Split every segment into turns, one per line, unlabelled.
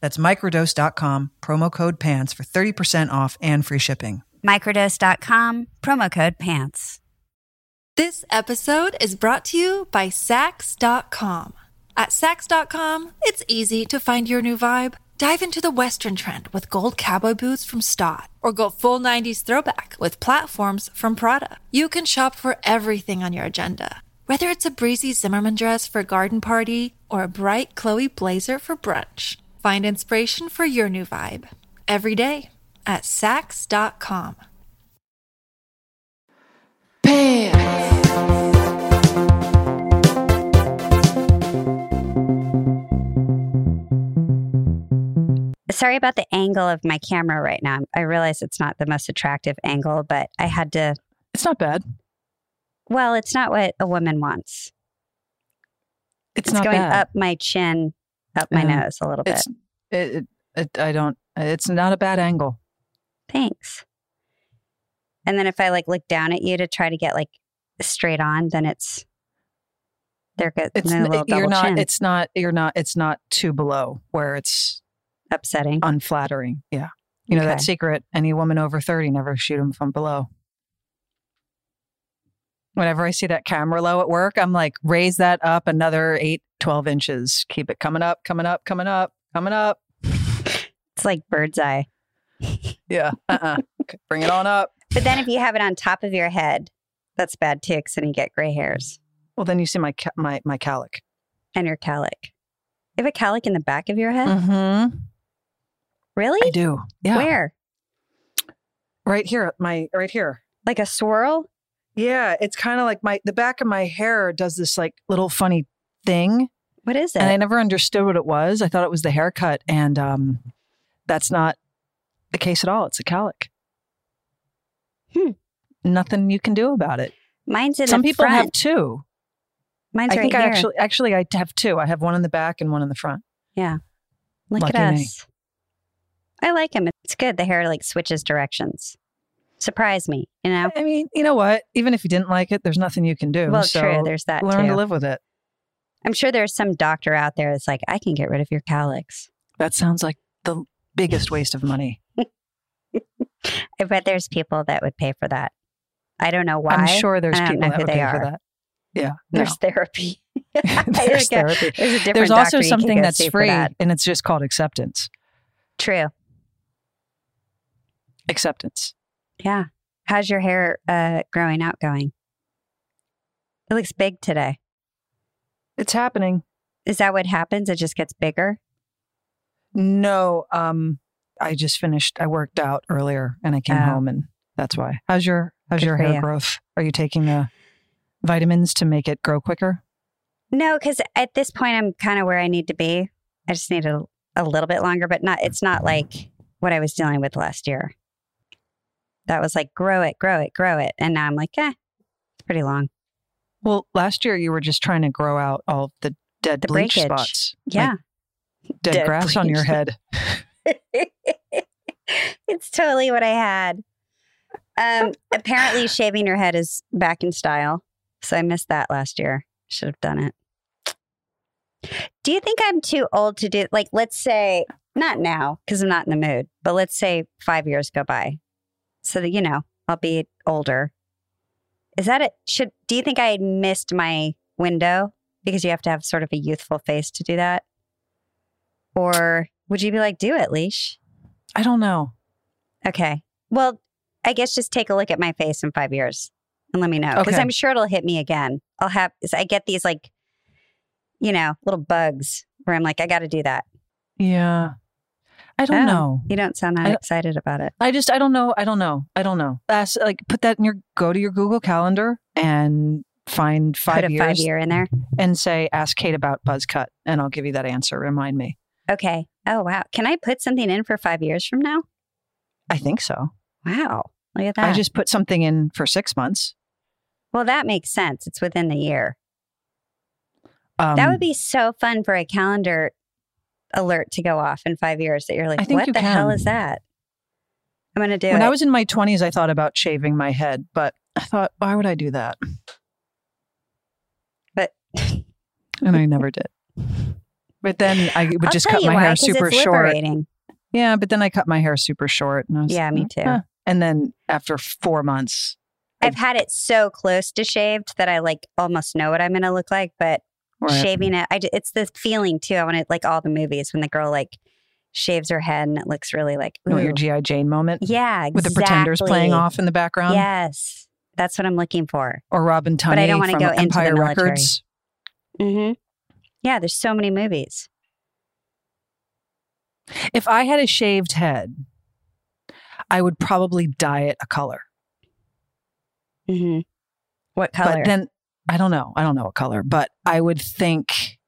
That's microdose.com, promo code PANTS for 30% off and free shipping.
Microdose.com, promo code PANTS.
This episode is brought to you by Sax.com. At Sax.com, it's easy to find your new vibe. Dive into the Western trend with gold cowboy boots from Stott, or go full 90s throwback with platforms from Prada. You can shop for everything on your agenda, whether it's a breezy Zimmerman dress for a garden party or a bright Chloe blazer for brunch. Find inspiration for your new vibe every day at Sax.com.
Pants.
Sorry about the angle of my camera right now. I realize it's not the most attractive angle, but I had to.
It's not bad.
Well, it's not what a woman wants.
It's,
It's
not
going
bad.
up my chin, up my
Yeah.
nose a little bit.
It's it, it, it, I don't. It's not a bad angle.
Thanks. And then if I like look down at you to try to get like straight on, then it's there goes
It's
my
n-
little
you're
double
not.
chin.
It's not. You're not. It's not too below where it's
upsetting.
uh, unflattering. Yeah, you know that
Okay.
secret. Any woman over thirty never shoot them from below. Whenever I see that camera low at work, I'm like, raise that up another eight, 12 inches. Keep it coming up, coming up, coming up, coming up.
It's like bird's eye.
Yeah. Uh-uh. Okay, Bring it on up.
But then if you have it on top of your head, that's bad too, because then you get gray hairs
Well, then you see my ca- my my calic.
and your calic. You have a calic in the back of your head?
Mm-hmm. I
Really?
do. Yeah.
Where?
Right here. My right here.
Like a swirl?
Yeah, it's kind of like my the back of my hair does this like little funny thing,
What is it?
and I never understood what it was. I thought it was the haircut, and um, that's not the case at all. It's a calic.
Hmm.
Nothing you can do about it.
Mine's in
Some
the
people
front.
have two.
Mine's
I
right
think
here.
I actually actually I have two. I have one in the back and one in the front.
Look at
Lucky me.
us. I like him. It's good. The hair like switches directions. Surprise me, you know?
I mean, you know what? Even if you didn't like it, there's nothing you can do.
Well,
so
true. There's that
learn
too.
to live with it.
I'm sure there's some doctor out there that's like, I can get rid of your cowlicks.
That sounds like the biggest waste of money.
I bet there's people that would pay for that. I don't know why.
I'm sure there's
I don't
people
know
that
who
would
they
pay
are.
for that. Yeah. no.
There's therapy. I
there's
don't know.
therapy.
There's a different
There's also
doctor you can
something
go
that's
see for
free,
that.
and it's just called acceptance.
True.
Acceptance.
Yeah. How's your hair uh, growing out going? It looks big today.
It's happening.
Is that what happens? It just gets bigger?
No, um, I just finished. I worked out earlier, and I came
Oh.
home, and that's why. How's your How's
Good
your
for
hair
you.
growth? Are you taking the vitamins to make it grow quicker?
No, because at this point, I'm kind of where I need to be. I just need a, a little bit longer, but not, it's not like what I was dealing with last year. That was like, grow it, grow it, grow it. And now I'm like, eh, it's pretty long.
Well, last year you were just trying to grow out all the dead
The
bleach
breakage.
spots, like
Yeah.
dead,
Dead
grass on your
bleach.
head.
it's totally what I had. Um, apparently, shaving your head is back in style. So I missed that last year. Should have done it. Do you think I'm too old to do, like, let's say, not now, because I'm not in the mood, but let's say five years go by. So that, you know, I'll be older. Is that it? Should, do you think I had missed my window because you have to have sort of a youthful face to do that? Or would you be like, do it, leash?
I don't know.
Okay. Well, I guess just take a look at my face in five years and let me know because
Okay.
I'm sure it'll hit me again. I'll have I get these like, you know, little bugs where I'm like, I got to do that.
Yeah. I don't
Oh.
know.
You don't sound that
I-
excited about it.
I just I don't know. I don't know. I don't know. That's like put that in your go to your Google calendar and find
Put
five
a
years
five year in there.
and say ask Kate about buzz cut and I'll give you that answer. Remind me.
Okay. Oh wow. Can I put something in for five years from now?
I think so.
Wow. Look at that.
I just put something in for six months.
well, that makes sense. It's within the year.
Um,
that would be so fun for a calendar alert to go off in five years that you're
I
like,
think
what
you
the hell
can.
is that? I'm gonna do
when
it.
I was in my twenties. I thought about shaving my head, but I thought, why would I do that?
but
And I never did. But then I would
I'll
just
tell
cut
you
my
why,
hair
'cause
super
it's
short.
liberating.
Yeah, but then I cut my hair super short. And I was
Yeah, me
like,
too.
"Huh." And then after four months,
I've had it so close to shaved that I like almost know what I'm gonna look like, but
right,
shaving it, I, ju- it's the feeling too. I want to like all the movies when the girl like shaves her head and it looks really like
you know, your
ooh.
GI Jane moment
yeah, exactly.
with the Pretenders playing off in the background,
Yes, that's what I'm looking for.
or Robin Tunney
But I don't wanna
from
go into the
Empire
military.
Records.
Mm-hmm. Yeah, there's so many movies.
If I had a shaved head, I would probably dye it a color.
Mm-hmm. What color?
But then I don't know. I don't know what color, but I would think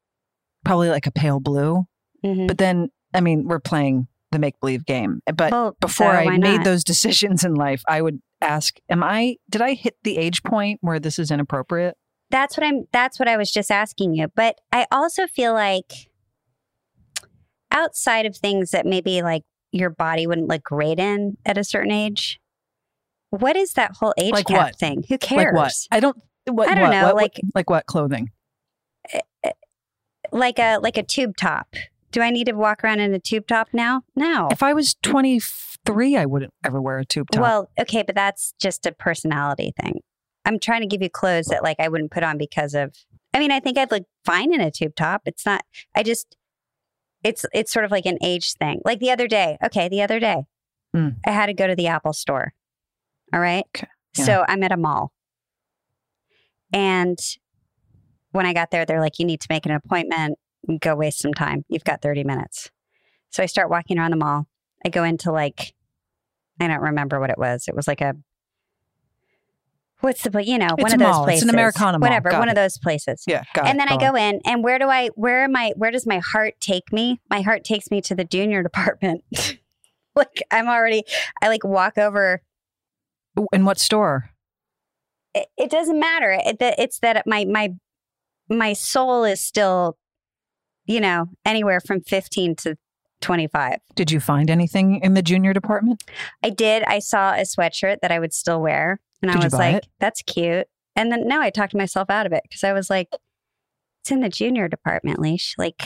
probably like a pale blue.
Mhm.
But then, I mean, we're playing the make believe game. But
Well,
before
so
I
why
made
not?
those decisions in life, I would ask, Am I, did I hit the age point where this is inappropriate?
that's what I'm that's what I was just asking you. But I also feel like outside of things that maybe like your body wouldn't look great in at a certain age, what is that whole age
Like
cap
what?
thing? Who cares?
Like what? I don't, what,
I don't
what,
know,
what- what-
like-
like what clothing?
Like a like a tube top. Do I need to walk around in a tube top now? No.
If I was 23, I wouldn't ever wear a tube top.
Well, okay, but that's just a personality thing. I'm trying to give you clothes that like I wouldn't put on because of I mean, I think I'd look fine in a tube top. It's not I just it's it's sort of like an age thing. Like the other day, okay, the other day.
Mm.
I had to go to the Apple store. All right?
Okay, yeah.
So I'm at a mall. And when I got there, they're like, you need to make an appointment and go waste some time. You've got 30 minutes. So I start walking around the mall. I go into like, I don't remember what it was. It was like a, what's the, pla- you know, one
It's a
of those
mall. It's
places.
an Americana mall.
Whatever,
Got
one
it.
of those places.
yeah. Got
and
it.
then I
Go on.
go in and where do I, where am I, where does my heart take me? My heart takes me to the junior department. like I'm already, I like walk over
Ooh, In what store?
it, it doesn't matter. It, that- it's that my my my soul is still, you know, anywhere from fifteen to twenty five.
Did you find anything in the junior department?
I did. I saw a sweatshirt that I would still wear, and
Did
I
you
was
buy
like,
it?
"That's cute." And then no, I talked myself out of it because I was like, "It's in the junior department, leash. Like,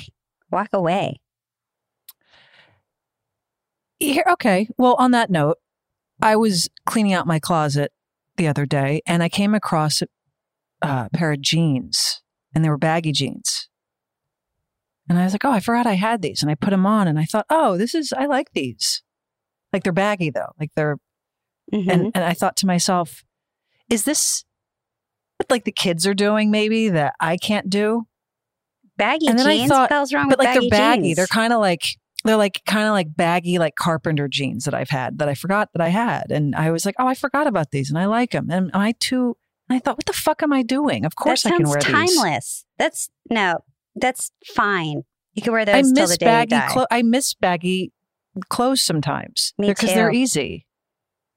walk away."
Yeah, okay. Well, on that note, I was cleaning out my closet the other day and I came across a uh, pair of jeans and they were baggy jeans. And I was like, oh, I forgot I had these. And I put them on and I thought, oh, this is, I like these. Like they're baggy though. Like they're,
Mhm.
and, and I thought to myself, is this what like the kids are doing maybe that I can't do?
baggy
and then I
jeans.
thought-
what the hell's wrong
but
with
like
baggy
they're baggy.
jeans?
They're kind of like they're like kind of like baggy, like carpenter jeans that I've had that I forgot that I had, and I was like, oh, I forgot about these, and I like them, and am I too. And I thought, what the fuck am I doing? Of course,
that
I can
sounds
wear these.
timeless. That's no. That's fine. You can wear those
I
till
miss
the day you
baggy.
die.
Clo- I miss baggy clothes sometimes
Me
because they're
too.
easy.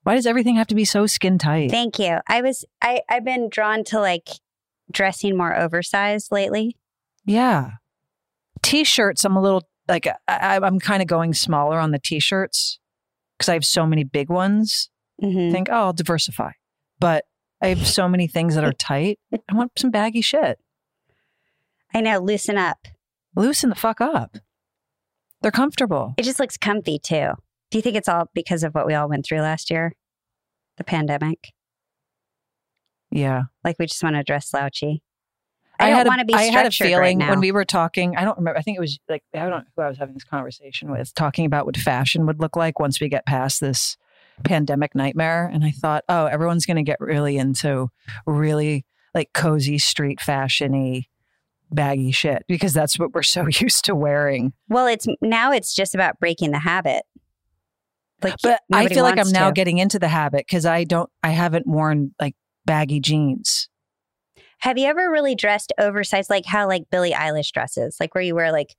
Why does everything have to be so skin tight?
Thank you. I was I I've been drawn to like dressing more oversized lately.
yeah, t-shirts. I'm a little like I, I- I'm kind of going smaller on the t-shirts because I have so many big ones.
Mhm.
think, oh, I'll diversify. But I have so many things that are tight. I want some baggy shit.
I know, loosen up.
Loosen the fuck up. They're comfortable.
It just looks comfy too. Do you think it's all because of what we all went through last year? The pandemic.
Yeah.
Like we just want to dress slouchy. I,
had
don't
a-
want to be
I
structured
had a feeling
right now.
when we were talking, I don't remember. I think it was like, I don't know who I was having this conversation with, talking about what fashion would look like once we get past this pandemic nightmare. And I thought, oh, everyone's going to get really into really like cozy street fashiony baggy shit because that's what we're so used to wearing.
Well, it's now it's just about breaking the habit. Like,
But I
nobody
feel like I'm
wants
now
to.
getting into the habit because I don't, I haven't worn like baggy jeans.
Have you ever really dressed oversized, like how like Billie Eilish dresses, like where you wear like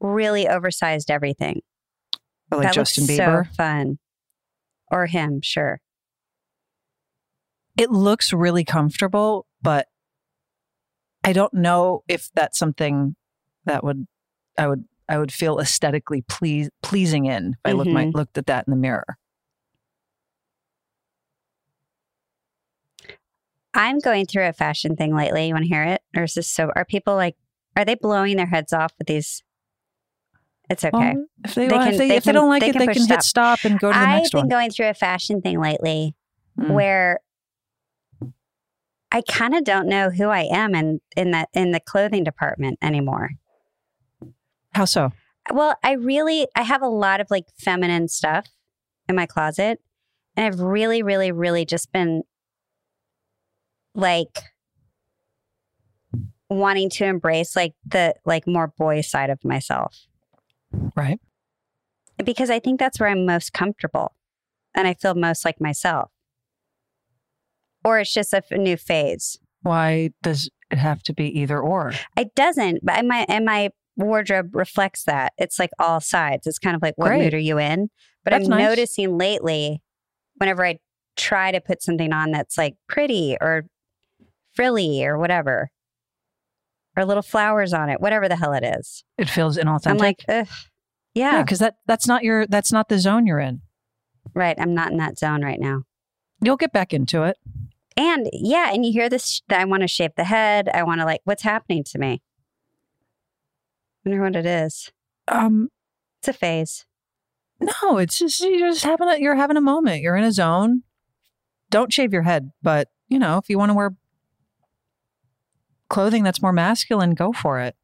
really oversized everything?
Or like
that
Justin
looks
Bieber.
so fun. Or him, sure.
it looks really comfortable, but I don't know if that's something that would I would I would feel aesthetically pleas pleasing in if I looked my,
Mhm.
looked at that in the mirror.
I'm going through a fashion thing lately. You want to hear it? Or is this so? Are people like, are they blowing their heads off with these? It's okay.
Well, if they,
They
want- if,
can-
they,
they
if they
can-
don't like
they
it,
can
they
push
can hit stop and Um, go to the
I've
next
been
one.
going through a fashion thing lately
Mm.
where I kind of don't know who I am in in that in the clothing department anymore.
How so?
Well, I really I have a lot of like feminine stuff in my closet and I've really really really just been like wanting to embrace like the like more boy side of myself
Right.
because I think that's where I'm most comfortable and I feel most like myself. Or it's just a f- new phase.
Why does it have to be either or?
It doesn't, but my and my wardrobe reflects that. It's like all sides. It's kind of like what
Great.
mood are you in? But
That's
I'm
nice.
noticing lately, whenever I try to put something on that's like pretty or frilly or whatever, or little flowers on it, whatever the hell it is,
It feels inauthentic.
I'm like, Ugh, yeah,
yeah, because that that's not your that's not the zone you're in.
right. I'm not in that zone right now.
You'll get back into it.
And yeah, and you hear this sh- that I want to shape the head. I want to like, what's happening to me? wonder what it is.
Um,
It's a phase.
No, it's just you're just having a you're having a moment. You're in a zone. Don't shave your head, but you know if you want to wear clothing that's more masculine, go for it.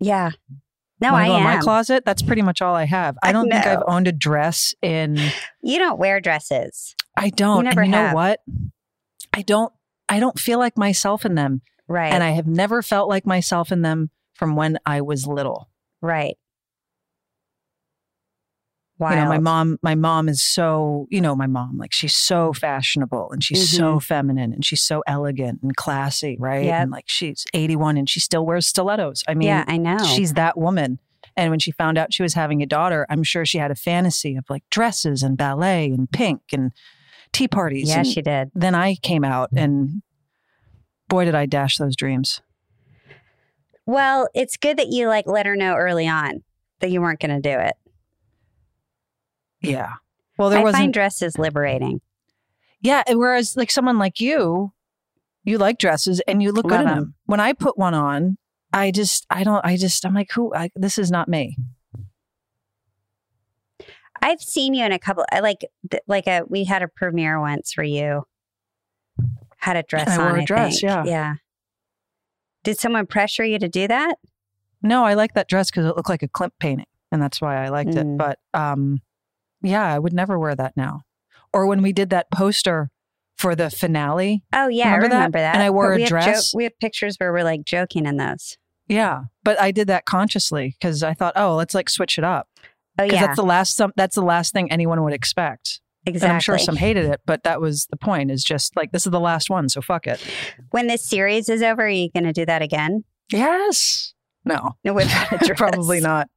Yeah. No,
When
I
Mm-hmm. go in
am.
my closet. That's pretty much all I have. I
I
don't think I've
know.
owned a dress in.
You don't wear dresses,
I don't.
never
and you know
have.
what? I don't. I don't feel like myself in them,
right?
and I have never felt like myself in them from when I was little.
right. Wow.
You know, my mom, my mom is so, you know, my mom, like she's so fashionable and she's so feminine and she's so elegant and classy, right?
Mm-hmm. Yep.
And like she's 81 and she still wears stilettos. I mean,
yeah, I know.
she's that woman. And when she found out she was having a daughter, I'm sure she had a fantasy of like dresses and ballet and pink and tea parties.
yeah,
and
she did.
then I came out and boy, did I dash those dreams.
Well, it's good that you like let her know early on that you weren't going to do it.
Yeah. Well, there
I
wasn't
find dresses liberating.
Yeah. and Whereas, like someone like you, you like dresses and you look
Love
good in
'em.
them. When I put one on, I just, I don't, I just, I'm like, who? I, this is not me.
I've seen you in a couple. I like th- like a we had a premiere once where you had a dress
I
on.
wore a
I
dress,
think.
yeah.
yeah. Did someone pressure you to do that?
No, I like that dress because it looked like a Klimt painting, and that's why I liked it.
Mm.
But um, yeah, I would never wear that now. Or when we did that poster for the finale,
Oh yeah,
Remember that?
I remember that.
And I
But
wore a
we have jo-
dress.
we have pictures where we're like joking in those.
yeah. But I did that consciously because I thought, oh, let's like switch it up
Oh
because
yeah,
that's the last some, that's the last thing anyone would expect.
exactly.
And I'm sure some hated it, but that was the point. Is just like this is the last one, so fuck it.
when this series is over, are you going to do that again?
Yes. No.
With a dress?
Probably not.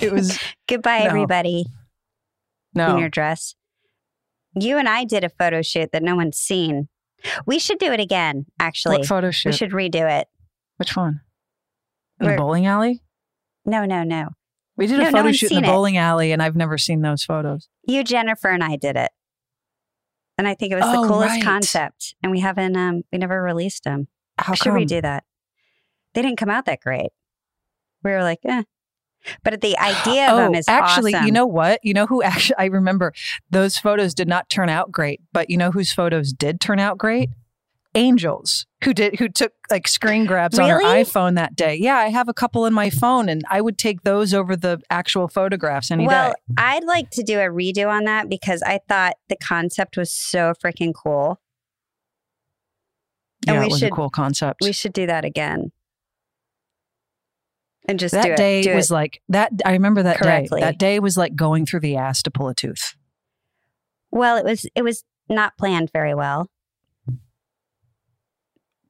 It was
Goodbye,
No.
everybody, in
no.
your dress. You and I did a photo shoot that no one's seen. We should do it again, actually.
What photo
we
shoot?
should redo it.
Which one? In the
Where-
bowling alley?
No, no, no.
We did
No,
a
no
photo
one's
shoot in the
seen it.
bowling alley, and I've never seen those photos.
You, Jennifer, and I did it. And I think it was
Oh,
the coolest
right.
concept. And we haven't, um, we never released them.
How
should we
come?
do that? They didn't come out that great. We were like, eh. But the idea of
Oh,
them is
actually,
awesome.
you know what? You know who actually? I remember those photos did not turn out great, but you know whose photos did turn out great? angels who did who took like screen grabs on her
Really?
iPhone that day. Yeah, I have a couple in my phone, and I would take those over the actual photographs any
well,
day.
I'd like to do a redo on that because I thought the concept was so freaking cool. and
Yeah,
we
it was
should-
a cool concept.
We should do that again. And just do
that
it.
day
do
was
it.
like that. I remember that
correctly.
day. That day was like going through the ass to pull a tooth.
well, it was it was not planned very well.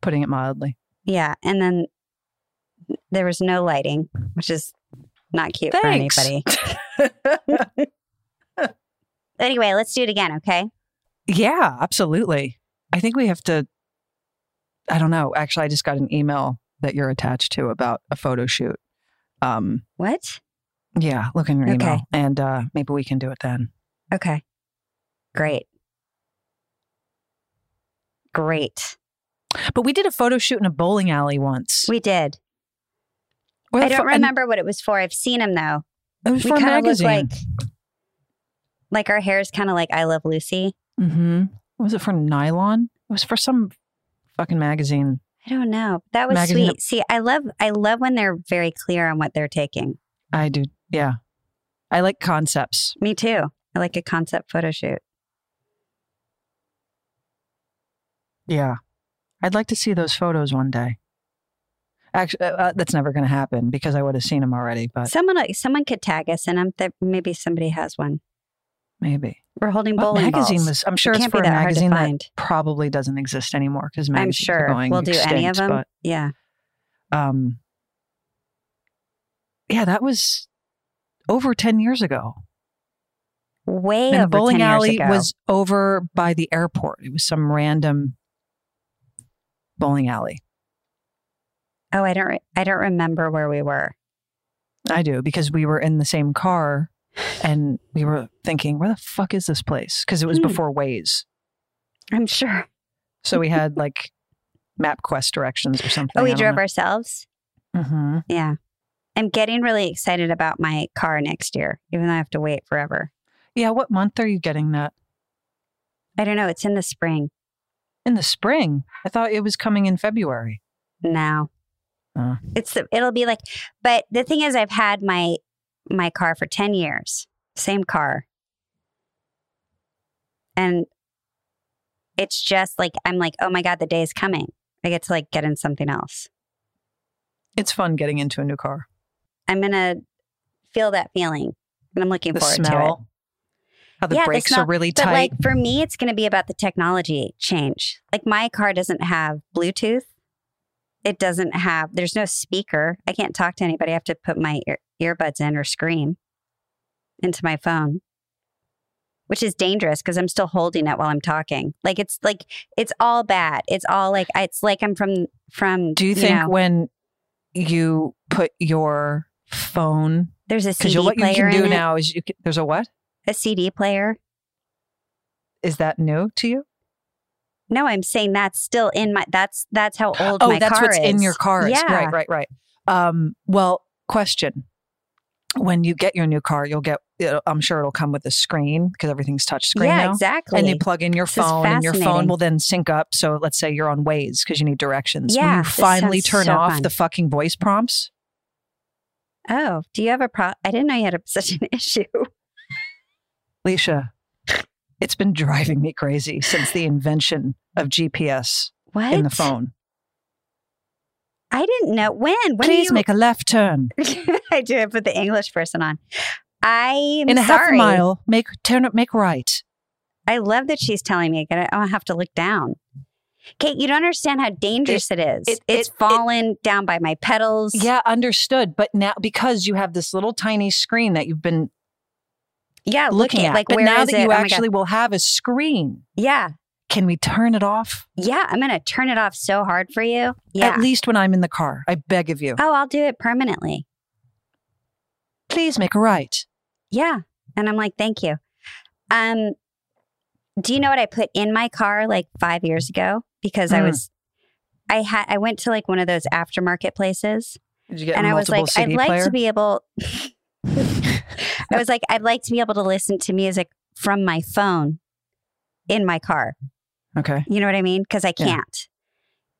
Putting it mildly.
Yeah, and then there was no lighting, which is not cute
Thanks.
for anybody. Anyway, let's do it again, okay?
Yeah, absolutely. I think we have to. I don't know. Actually, I just got an email that you're attached to about a photo shoot. Um,
What?
yeah, look in your email,
Okay.
and uh, maybe we can do it then.
Okay. Great. Great.
But we did a photo shoot in a bowling alley once.
We did.
Where
I
the
don't
fu- and
remember what it was for. I've seen them though.
It was
we
for a
kind of look
magazine.
like like our hair is kind of like I Love Lucy.
mm-hmm. Was it for nylon? It was for some fucking magazine.
I don't know. That was
Magazine
sweet. See, I love I love when they're very clear on what they're taking.
I do. Yeah. I like concepts.
Me too. I like a concept photo shoot.
Yeah. I'd like to see those photos one day. Actually, uh, that's never going to happen because I would have seen them already, but
Someone uh, someone could tag us, and I'm th- maybe somebody has one.
maybe.
We're holding
What
bowling
magazine
balls.
was, I'm sure
It
it's
can't be
for a
that hard to
magazine that
find.
probably doesn't exist anymore because
I'm
magazines are
sure
going
we'll do any of
extinct,
them.
but-
Yeah,
um yeah that was over 10 years ago
way
and
over
the bowling
10 years
alley
ago.
was over by the airport it was some random bowling alley
Oh, I don't. Re- I don't remember where we were.
i do because we were in the same car and we were thinking where the fuck is this place because it was
Hmm.
before waze
I'm sure.
so we had like map quest directions or something
Oh, we
I don't
drove
know.
ourselves.
Mhm.
Yeah, I'm getting really excited about my car next year, even though I have to wait forever.
yeah what month are you getting that
I don't know. It's in the spring
in the spring i thought it was coming in february
now.
Oh.
It's the, it'll be like, but the thing is, I've had my my car for ten years, same car, and it's just like I'm like, oh my god, the day is coming. I get to like get in something else.
it's fun getting into a new car
I'm gonna feel that feeling, and I'm looking
the
forward
smell,
to it.
how the
Yeah, the
brakes
smell,
are really
But
tight.
like for me, it's gonna be about the technology change. Like my car doesn't have Bluetooth. It doesn't have. There's no speaker. I can't talk to anybody. I have to put my ear, earbuds in or scream into my phone, which is dangerous because I'm still holding it while I'm talking. Like it's like it's all bad. It's all like it's like I'm from from.
Do you think
know,
when you put your phone,
there's a
because
CD
what you
player
can do
in it?
now is you can, there's a what
A CD player.
is that new to you?
No, I'm saying that's still in my. That's that's how old.
Oh,
my
that's
car
what's in
is.
your car. is.
Yeah,
Right, right, right. Um, well, question: When you get your new car, you'll get. It'll, I'm sure it'll come with a screen because everything's touch screen
yeah,
now.
exactly.
And you plug in your
This is
phone, and your phone
fascinating.
will then sync up. So let's say you're on Waze because you need directions. Will
Yeah,
you
this
finally turn
sounds so
off
fun.
the fucking voice prompts?
oh, do you have a pro? I didn't know you had a, such an issue.
Leisha, it's been driving me crazy since the invention of GPS
What
in the phone.
I didn't know when. When do
Please
you-
make a left turn.
I do. I put the English person on. I
in a half a
sorry.
mile, make turn make right.
I love that she's telling me. I don't have to look down. Kate, you don't understand how dangerous it is.
it-
it's
it- it-
fallen down by my pedals.
Yeah, understood. But now because you have this little tiny screen that you've been
yeah. Look
looking
Uh, at
at,
like
but
where
now
is
that
it?
you
Oh my God.
actually will have a screen,
yeah,
can we turn it off?
yeah. I'm gonna turn it off so hard for you. Yeah.
At least when I'm in the car, I beg of you.
Oh, I'll do it permanently.
Please make a right.
Yeah. And I'm like, thank you. Um, do you know what I put in my car like five years ago? Because I
Mm.
was, I had, I went to like one of those aftermarket places
Did you get
and I was
multiple
like,
CD
I'd like
player?
to be able, I was like, I'd like to be able to listen to music from my phone in my car.
okay.
You know what I mean? Because I
Yeah.
can't.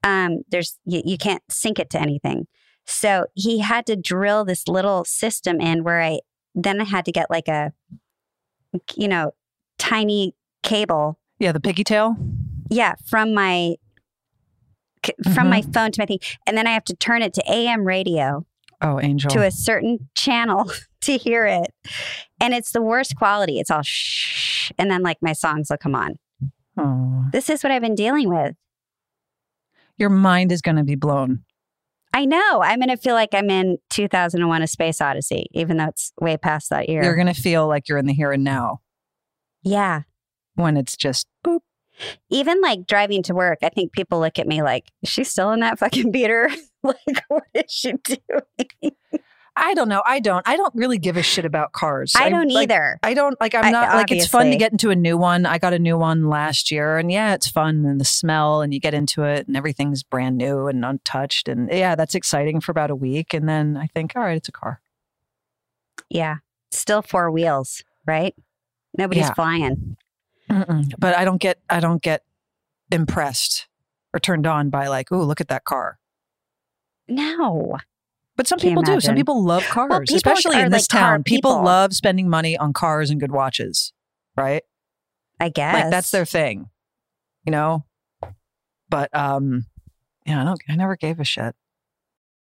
um, there's you, you can't sync it to anything. So he had to drill this little system in where I then I had to get like a you know tiny cable
Yeah, the piggy tail.
yeah from my c- from my
Mm-hmm.
phone to my thing and then I have to turn it to AM radio
Oh, angel.
to a certain channel to hear it. And it's the worst quality. It's all shh and then like my songs will come on.
Oh.
This is what I've been dealing with.
Your mind is going to be blown.
I know. I'm going to feel like I'm in 2001 A Space Odyssey, even though it's way past that year.
You're going to feel like you're in the here and now
yeah.
when it's just boop.
Even like driving to work, I think people look at me like, is she still in that fucking beater? like, what is she doing?
I don't know. I don't. I don't really give a shit about cars.
I don't
like,
either.
I don't like. I'm
I-
not like. It's fun to
obviously.
get into a new one. I got a new one last year, and yeah, it's fun and the smell, and you get into it, and everything's brand new and untouched, and yeah, that's exciting for about a week, and then I think, all right, it's a car.
yeah. Still four wheels, right? Nobody's
Yeah.
flying.
Mm-mm. But I don't get. I don't get impressed or turned on by like, oh, look at that car.
No.
But some
Can't
people do. Some
imagine.
people love cars,
people
especially
are
in this
like car
town. People.
people.
love spending money on cars and good watches, right?
I guess.
Like that's their thing, you know. But um, yeah, I don't. I never gave a shit.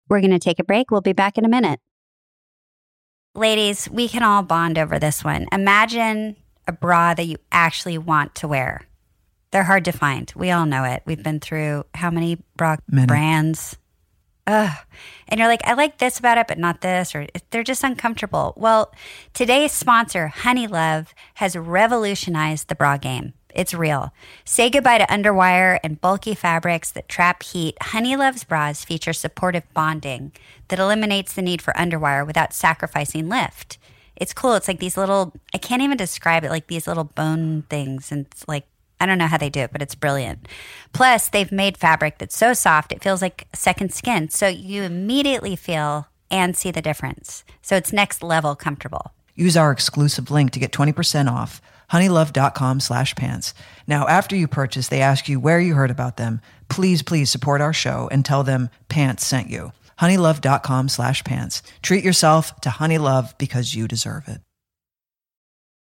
We're going to take a break. We'll be back in a minute. Ladies, we can all bond over this one. Imagine a bra that you actually want to wear. They're hard to find. We all know it. We've been through how many bra
Many.
brands? Ugh. And you're like, I like this about it, but not this, or they're just uncomfortable. Well, today's sponsor, Honey Love, has revolutionized the bra game. It's real. Say goodbye to underwire and bulky fabrics that trap heat. Honey Love's bras feature supportive bonding that eliminates the need for underwire without sacrificing lift. It's cool. It's like these little, I can't even describe it, like these little bone things. And it's like, I don't know how they do it, but it's brilliant. Plus, they've made fabric that's so soft, it feels like second skin. So you immediately feel and see the difference. So it's next level comfortable.
Use our exclusive link to get 20% off honeylove.com slash pants. Now, after you purchase, they ask you where you heard about them. Please, please support our show and tell them pants sent you. Honeylove.com slash pants. Treat yourself to Honey Love because you deserve it.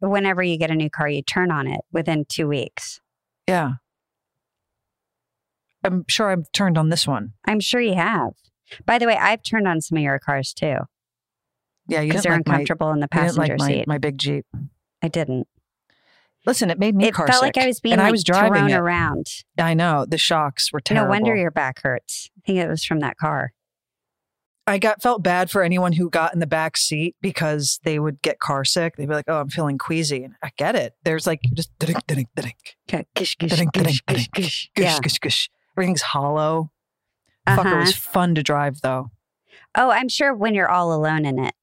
Whenever you get a new car, you turn on it within two weeks.
Yeah. I'm sure I've turned on this one.
I'm sure you have. By the way, I've turned on some of your cars too
Yeah, you
because
didn't
they're
like my-
uncomfortable in the
you didn't
passenger
like my,
seat.
my big Jeep.
I didn't.
Listen, it made me
it
car
felt like
sick,
I was being
and
like
I was driving
thrown
it.
around.
I know the shocks were terrible.
No wonder your back hurts. I think it was from that car.
I got felt bad for anyone who got in the back seat because they would get car sick. They'd be like, "Oh, I'm feeling queasy." And I get it. There's like you just dink dink dink
Okay. Kish, kish,
dink
kish,
dink
kish,
dink
kish.
gush
Yeah.
gush gush. Everything's hollow. Fucker, it
Uh-huh.
was fun to drive though.
Oh, I'm sure when you're all alone in it.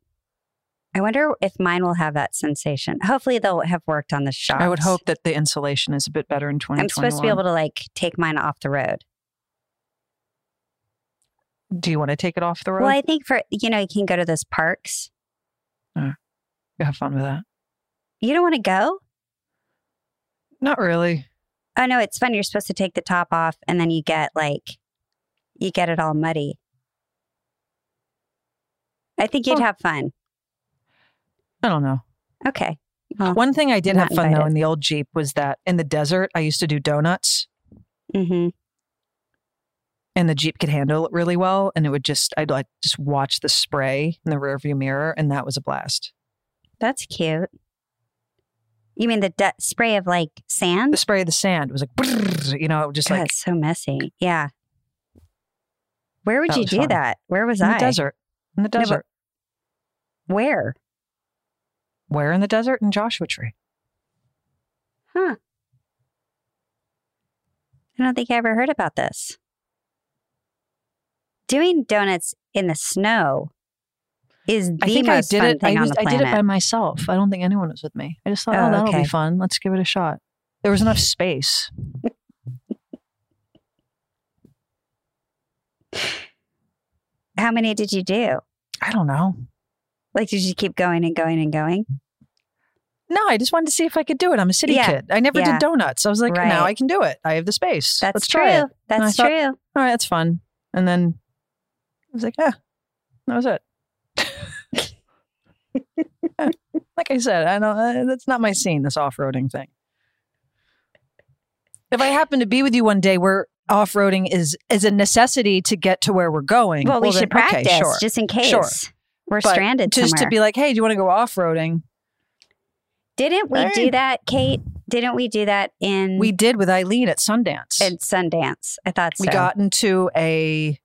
I wonder if mine will have that sensation. Hopefully, they'll have worked on the shocks.
I would hope that the insulation is a bit better in 2021.
I'm supposed to be able to like take mine off the road.
Do you want to take it off the road?
Well, I think for you know you can go to those parks.
You have fun with that.
You don't want to go?
Not really.
Oh no, it's fun. You're supposed to take the top off, and then you get like you get it all muddy. I think you'd
Oh.
have fun.
I don't know.
Okay. Well,
One thing I did
I'm
have
Oh, not
fun though
invited.
in the old Jeep was that in the desert I used to do donuts
hmm
and the Jeep could handle it really well. And it would just, I'd like just watch the spray in the rearview mirror. And that was a blast.
That's cute. You mean the du- spray of like
The
sand?
spray of the sand was like, brrrr, you know, it was just
God,
like
it's so messy. Yeah. Where would
That
you
was
do
fun.
that? Where was
in
I?
the desert. In the
but-
desert.
Where?
Where in the desert? In Joshua Tree.
I don't think I ever heard about this. Doing donuts in the snow is the
I think I
most
did
fun
it. I,
thing on
used,
the
I did
planet.
it by myself. I don't think anyone was with me. I just thought, oh,
Oh,
that'll
okay.
be fun. Let's give it a shot. There was enough space.
How many did you do?
I don't know.
Like, did you keep going and going and going?
No, I just wanted to see if I could do it. I'm a city
Yeah.
kid. I never
Yeah.
did donuts. I was like,
Right.
now I can do it. I have the space.
That's
Let's
true.
try it.
That's
I thought-
true.
All right, that's fun. And then I was like, yeah, that was it. Yeah. like I said, I don't. Uh, that's not my scene. This off-roading thing. If I happen to be with you one day, where off-roading is is a necessity to get to where we're going.
Well, we should
then- okay,
practice
sure.
just in case
Sure.
we're
But
stranded
just
somewhere.
to be like, hey, do you want to go off-roading?
Didn't we do
Right.
that, Kate? Didn't we do that in
We did with Eileen at Sundance.
in Sundance? I thought so.
we got into a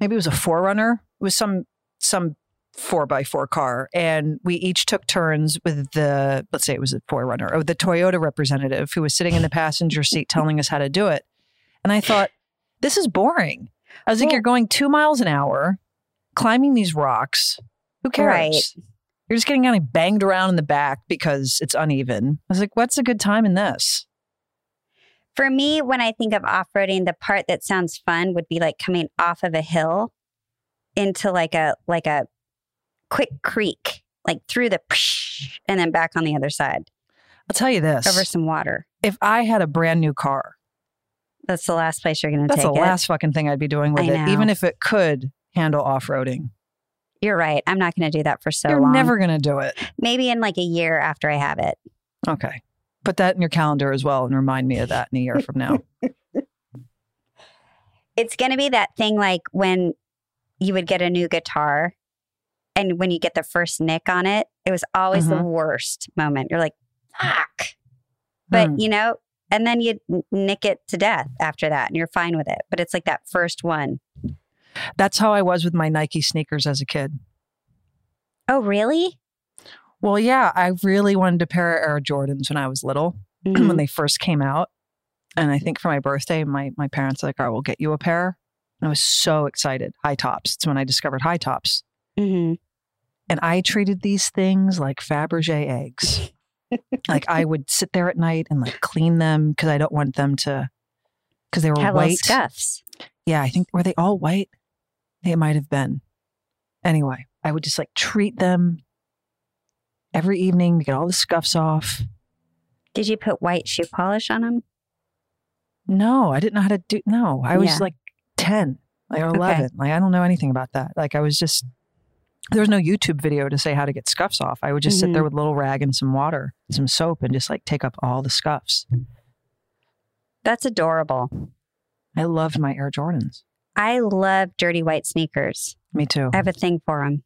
maybe it was a forerunner it was some some four by four car and we each took turns with the let's say it was a forerunner or the toyota representative who was sitting in the passenger seat telling us how to do it and i thought this is boring i was like
Well-
you're going two miles an hour climbing these rocks who cares
Right.
you're just getting kind of banged around in the back because it's uneven i was like what's a good time in this
For me, when I think of off roading, the part that sounds fun would be like coming off of a hill into like a like a quick creek, like through the and then back on the other side
i'll tell you this
over some water.
if i had a brand new car
That's the last place you're going to
That's
take
the
it.
last fucking thing I'd be doing with
I
it,
know.
even if it could handle off roading.
You're right. I'm not going to do that for so
You're
long.
never going to do it.
Maybe in like a year after I have it.
Okay. Put that in your calendar as well and remind me of that in a year from now.
it's going to be that thing like when you would get a new guitar and when you get the first nick on it, it was always
Mm-hmm.
the worst moment. You're like, fuck. But
Hmm.
you know, and then you nick it to death after that and you're fine with it. But it's like that first one.
That's how I was with my Nike sneakers as a kid.
Oh, really?
Well, yeah, I really wanted a pair of Air Jordans when I was little,
Mm-hmm.
when they first came out. And I think for my birthday, my, my parents were like, all right, we'll get you a pair. And I was so excited. High tops. It's when I discovered high tops.
hmm
And I treated these things like Fabergé eggs. like I would sit there at night and like clean them because I don't want them to, because they were
Have little
white.
scuffs.
Yeah, I think, were they all white? They might have been. Anyway, I would just like treat them every evening to get all the scuffs off.
Did you put white shoe polish on them?
No, I didn't know how to do, no, I was
Yeah.
like 10, like 11. Like I don't know anything about that. Like I was just, there was no YouTube video to say how to get scuffs off. I would just sit there
Mm-hmm.
with a little rag and some water and some soap and just like take up all the scuffs.
That's adorable.
I loved my Air Jordans.
I love dirty white sneakers.
Me too.
I have a thing for them.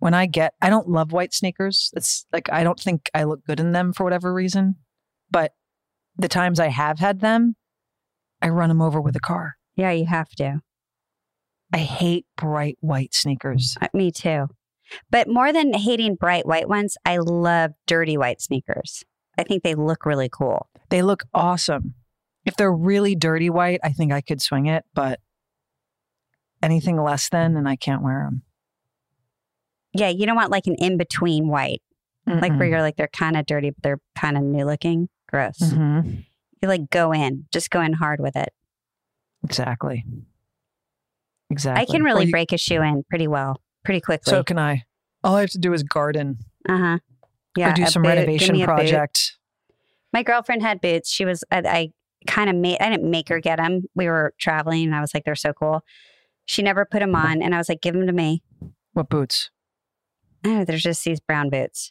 When I get, I don't love white sneakers. It's like I don't think I look good in them for whatever reason. But the times I have had them, I run them over with a car.
Yeah, you have to.
I hate bright white sneakers.
Uh, Me too. But more than hating bright white ones, I love dirty white sneakers. I think they look really cool.
They look awesome. If they're really dirty white, I think I could swing it. But anything less than, and I can't wear them.
Yeah, you don't want like an in between white, like where you're like, they're kind of dirty, but they're kind of new looking. Gross.
Mm-hmm.
You like go in, just go in hard with it.
exactly. Exactly.
I can
Or
really
you-
break a shoe in pretty well, pretty quickly.
So can I. All I have to do is garden.
uh huh. Yeah.
or do
a
some
boot. Give
renovation
me a boot.
project.
My girlfriend had boots. She was, I, I kind of made, I didn't make her get them. We were traveling and I was like, they're so cool. She never put them
Mm-hmm.
on. And I was like, give them to me.
What boots?
oh, there's just these brown boots.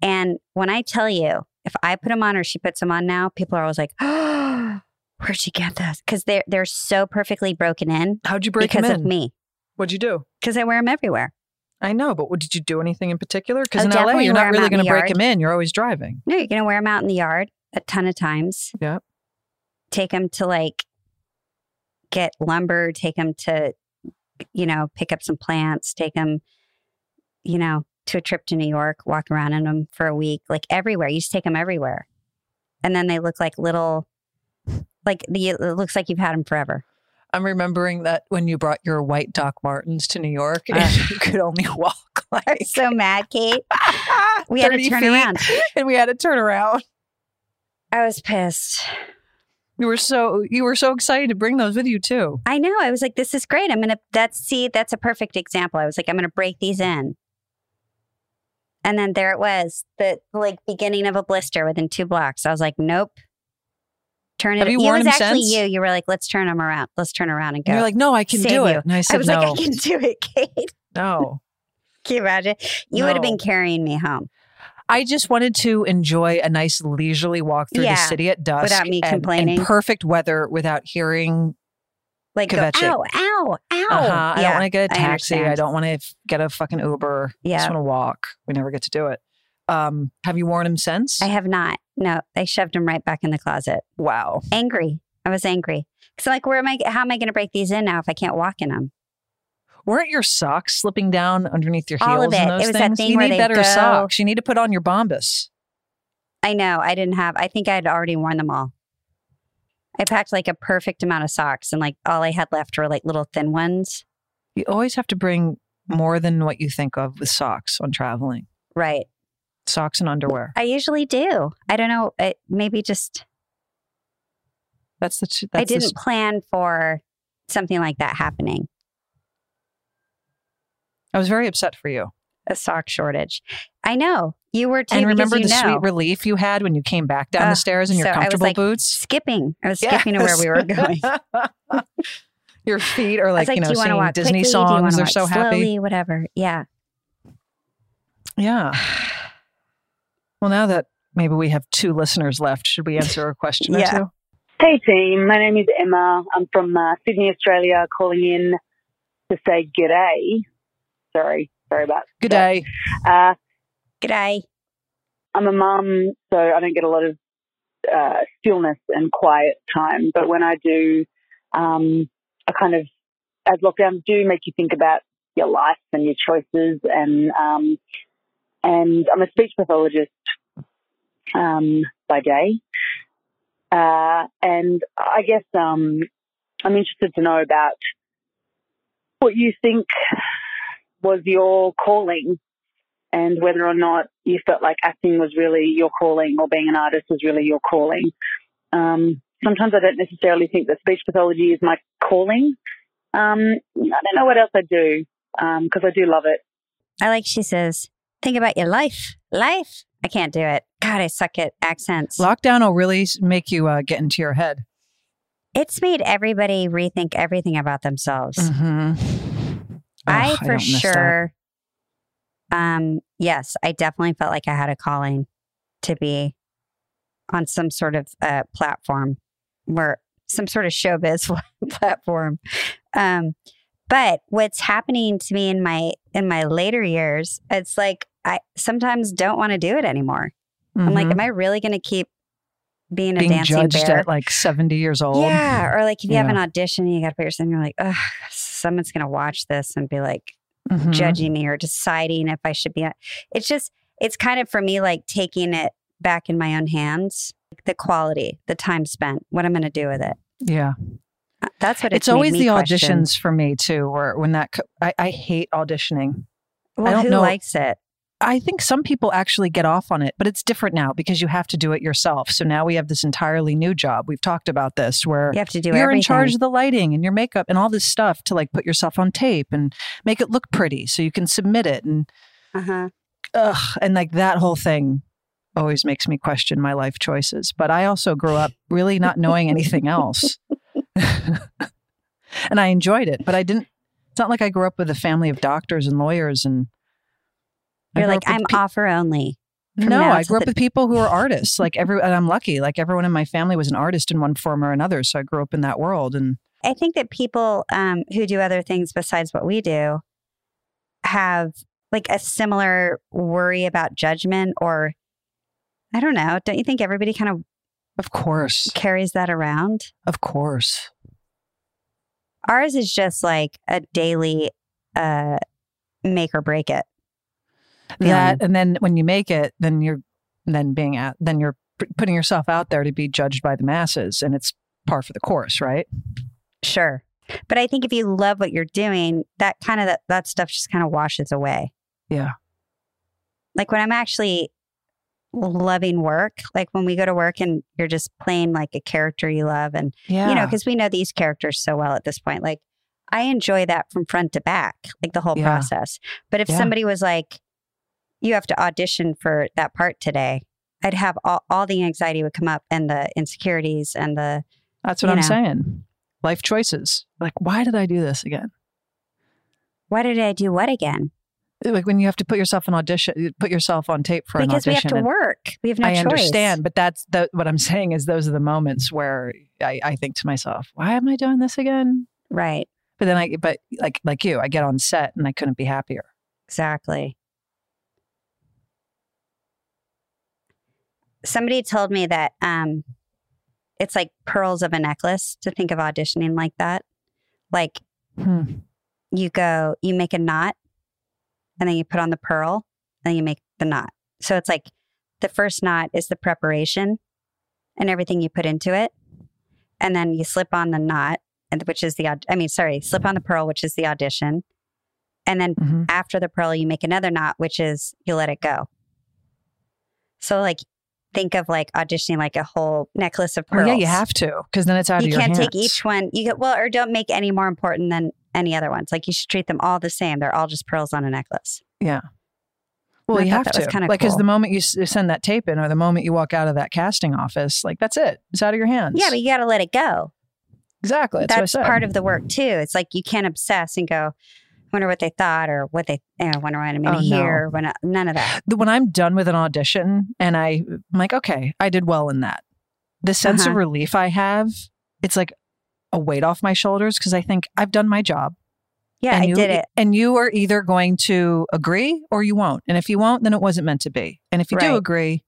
And when I tell you, if I put them on or she puts them on now, people are always like, oh, where'd you get this? Because they're they're so perfectly broken in
How'd you break
because
him in?
of me.
What'd you do?
Because I wear them everywhere.
I know, but what, did you do anything in particular? Because
Oh,
in LA,
definitely
you're
wear 'em
not
out
really
in
going
the
to break
yard.
him in. You're always driving.
No, you're gonna wear them out in the yard a ton of times.
Yeah.
Take them to like get lumber. Take them to you know pick up some plants. Take them you know to a trip to New York. Walk around in them for a week. Like everywhere, you just take them everywhere, and then they look like little. Like the, it looks like you've had them forever.
I'm remembering that when you brought your white Doc Martens to New York,
Uh.
and you could only walk
I'm
like
so mad, Kate. We had to
30
turn
feet,
around.
and we had to turn around.
I was pissed.
You were so you were so excited to bring those with you too.
I know. I was like, this is great. I'm going to, that's, see, that's a perfect example. I was like, I'm going to break these in. And then there it was, the like beginning of a blister within two blocks. I was like, nope. Turn it.
Have you
it
worn
was
them
actually
since?
you. You were like, let's turn them around. Let's turn around and go.
And you're like, no, I can
Save
do
you.
it. And I
I
said,
was
no,
like, I can do it, Kate.
no.
can you imagine? You would have been
No.
carrying me home
I just wanted to enjoy a nice leisurely walk through
Yeah,
the city at dusk
without me
and- and
complaining.
perfect weather without hearing.
like, go,
Kvetching.
ow, ow, ow.
uh-huh, I don't
Yeah.
want to get a
I
taxi. I,
understand.
don't want to f- get a fucking Uber. I
Yeah.
just want to walk. We never get to do it. Um, have you worn them since?
I have not. No, I shoved them right back in the closet.
wow.
angry. I was angry. So like, where am I? How am I going to break these in now if I can't walk in them?
Weren't your socks slipping down underneath your
All
heels
of it.
and
It
those
was that
things?
thing
you
where
need
they
better
go-
socks. You need to put on your Bombas.
I know I didn't have. I think I had already worn them all. I packed like a perfect amount of socks, and like all I had left were like little thin ones.
You always have to bring more than what you think of with socks on traveling.
Right.
Socks and underwear.
I usually do. I don't know. It, maybe just
That's the. T-
I
that's the
didn't plan for something like that happening.
I was very upset for you.
A sock shortage. I know you were too.
and
because
remember
you
the
know.
sweet relief you had when you came back down
Ah,
the stairs in
so
your
I was
comfortable
like,
boots?
skipping. I was skipping to where we were going.
going. your feet are
I was
like,
like,
you know,
do you want to
singing
walk
Disney
quickly? do you wanna
songs. They're
walk
so happy.
slowly, Whatever. Yeah.
Yeah. Well, now that maybe we have two listeners left, should we answer a question
Yeah.
or two?
Hey team, my name is Emma. I'm from uh, Sydney, Australia, calling in to say g'day. Sorry, sorry about
Good
that.
day.
Uh,
G'day.
I'm a mum, so I don't get a lot of uh, stillness and quiet time. But when I do, um, I kind of, as lockdowns do, make you think about your life and your choices. And um, and I'm a speech pathologist um, by day, uh, and I guess um, I'm interested to know about what you think was your calling and whether or not you felt like acting was really your calling or being an artist was really your calling. Um, sometimes I don't necessarily think that speech pathology is my calling. Um, I don't know what else I do because I do love it.
I like she says, think about your life. Life. I can't do it. God, I suck at accents.
Lockdown will really s- make you uh, get into your head.
It's made everybody rethink everything about themselves.
Mm. Mm-hmm.
I for sure um yes, I definitely felt like I had a calling to be on some sort of uh platform where some sort of showbiz platform. Um but what's happening to me in my in my later years, it's like I sometimes don't want to do it anymore. I'm like, am I really going to keep being a
Mm-hmm. being
dancing
judged
bear?
at like 70 years old.
yeah, or like if you have
Yeah.
an audition, and you got to put yourself. You're like, ugh, someone's going to watch this and be like
Mhm.
judging me or deciding if I should be. On. It's just, it's kind of for me like taking it back in my own hands. Like the quality, the time spent, what I'm going to do with it.
Yeah.
Uh, That's what it's,
it's always
made me
the
question.
auditions for me too where when that co- I, I hate auditioning
Well,
don't
who
know.
likes it?
i think some people actually get off on it but it's different now because you have to do it yourself so now we have this entirely new job we've talked about this where
You have to do
you're
everything.
in charge of the lighting and your makeup and all this stuff to like put yourself on tape and make it look pretty so you can submit it and
Uh-huh.
ugh, and like that whole thing always makes me question my life choices. But I also grew up really not knowing anything else. and I enjoyed it, but I didn't. It's not like I grew up with a family of doctors and lawyers and I
You're
grew
like,
up with
I'm
pe-
offer only. From
no,
now
I
to
grew up
the-
with people who are artists. Like every, and I'm lucky. Like everyone in my family was an artist in one form or another. So I grew up in that world. And
I think that people um, who do other things besides what we do have like a similar worry about judgment or I don't know. Don't you think everybody kind of
of course,
carries that around?
of course,
Ours is just like a daily uh, make or break it. Feeling.
that. And then when you make it, then you're then being at then you're p- putting yourself out there to be judged by the masses, and it's par for the course, right?
Sure. But I think if you love what you're doing, that kind of that, that stuff just kind of washes away.
Yeah.
Like when I'm actually loving work, like when we go to work and you're just playing like a character you love and
Yeah,
you know, because we know these characters so well at this point. Like, I enjoy that from front to back, like the whole
Yeah.
process. But if
Yeah.
somebody was like, you have to audition for that part today, I'd have all, all the anxiety would come up and the insecurities and the,
that's what
you
I'm
know.
saying. Life choices. Like, why did I do this again?
why did I do what again?
Like when you have to put yourself an audition, you put yourself on tape for
because
an audition.
we have to
and-
work. We have no
I
choice.
understand, but that's the, what I'm saying is those are the moments where I, I think to myself, why am I doing this again?
Right.
But then I, but like like you, I get on set and I couldn't be happier.
Exactly. Somebody told me that um, it's like pearls of a necklace to think of auditioning like that. Like
Hmm.
you go, you make a knot, and then you put on the pearl, and then you make the knot. So it's like the first knot is the preparation and everything you put into it, and then you slip on the knot, and which is the aud- I mean, sorry, slip on the pearl, which is the audition, and then
Mhm.
after the pearl, you make another knot, which is you let it go. So like, think of like auditioning like a whole necklace of pearls.
Well, Oh, yeah, you have to because then it's out
You
of your
can't
hands.
take each one. You get well, or don't make any more important than any other ones. Like you should treat them all the same. They're all just pearls on a necklace.
Well,
I
you
thought
have
that was
to
kinda
like because the
cool.
moment you s- send that tape in or the moment you walk out of that casting office, like that's it. It's out of your hands.
Yeah, but you got to let it go.
exactly. That's,
That's
what I said.
part of the work too. It's like you can't obsess and go. Wonder what they thought, or what they you know, wonder when I'm going
Oh,
to
no.
hear. or When I, none of that.
the- when I'm done with an audition and I, I'm like, okay, I did well in that. The sense of
Uh-huh.
relief I have, it's like a weight off my shoulders because I think I've done my job.
Yeah,
and
I
you, e
did it.
And you are either going to agree or you won't. And if you won't, then it wasn't meant to be. And if you do
Right.
agree,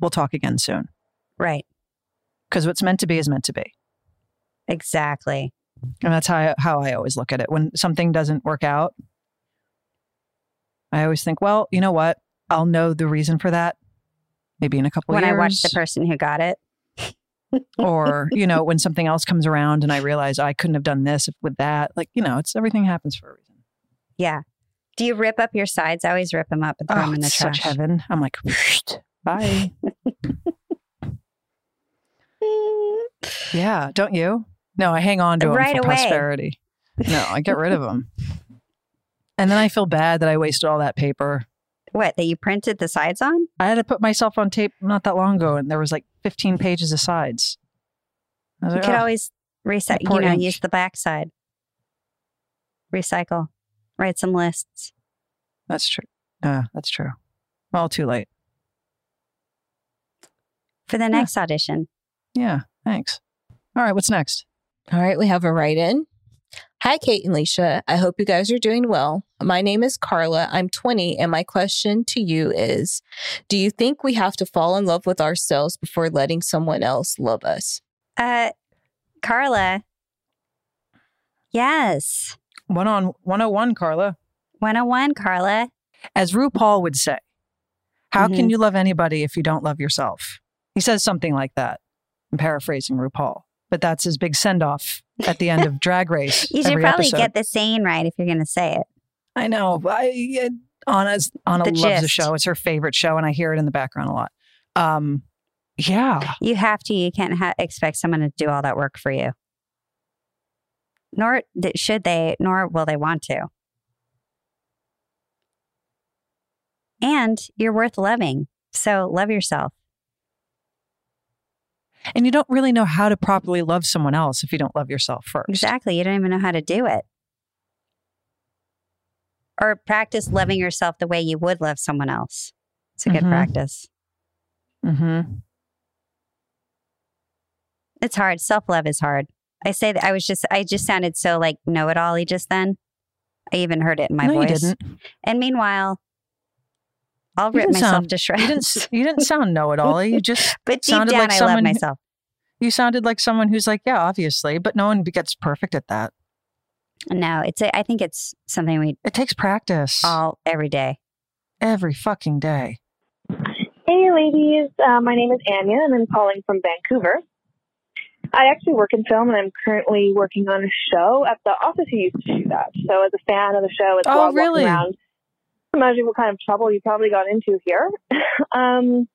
we'll talk again soon
Right.
because what's meant to be is meant to be.
Exactly.
And that's how I, how I always look at it. When something doesn't work out, I always think, well, you know what? I'll know the reason for that maybe in a couple
when
years.
I watch the person who got it.
or you know when something else comes around and i realize i couldn't have done this with that like you know it's everything happens for a reason
Yeah. Do you rip up your sides? I always rip them up and throw them in the
Oh, it's
trash.
such heaven i'm like bye yeah don't you no i hang on to them
Right
for
away.
prosperity no i get rid of them and then i feel bad that i wasted all that paper
What that you printed the sides on?
i had to put myself on tape not that long ago and there was like 15 pages of sides I was
You
like,
could
"Oh,
always reset.
poor
You know,
ink.
use the backside. Recycle. Write some lists.
that's true yeah that's true well too late
For the next audition,
yeah thanks all right what's next
All right, we have a write in. Hi, Kate and Leisha. I hope you guys are doing well. My name is Carla. I'm 20, and my question to you is Do you think we have to fall in love with ourselves before letting someone else love us?
uh, Carla. Yes,
One on 101, Carla.
one hundred and one, Carla.
As RuPaul would say, how can
Mhm.
you love anybody if you don't love yourself? He says something like that. I'm paraphrasing RuPaul, but that's his big send off at the end of Drag Race.
You should
every
probably
episode.
get the saying right if you're going to say it.
I know. I, uh, Anna's, Anna
The
loves the
gist.
show. It's her favorite show, and I hear it in the background a lot. Um, yeah.
You have to. You can't ha- expect someone to do all that work for you. Nor th- should they, nor will they want to. And you're worth loving. So love yourself.
And you don't really know how to properly love someone else if you don't love yourself first.
Exactly. You don't even know how to do it. Or practice loving yourself the way you would love someone else. It's a good
Mhm.
practice.
Mm-hmm.
It's hard. Self love is hard. I say that I was just, I just sounded so like know it all just then. I even heard it in my
no,
voice.
you didn't.
And meanwhile, I'll
You
rip
didn't
myself
sound-
to
You didn't.
shreds.
s- You didn't sound know-it-all. You just.
But deep down,
sounded like
I love
someone who-
myself.
You sounded like someone who's like, yeah, obviously, but no one gets perfect at that.
No, it's, a, I think it's something we
It takes practice
all every day.
every fucking day.
Hey, ladies. Uh, my name is Anya, and I'm calling from Vancouver. I actually work in film, and I'm currently working on a show at the office you used to shoot at. So, as a fan of the show, it's
Oh,
wild
really?
walking around. Imagine what kind of trouble you probably got into here. um,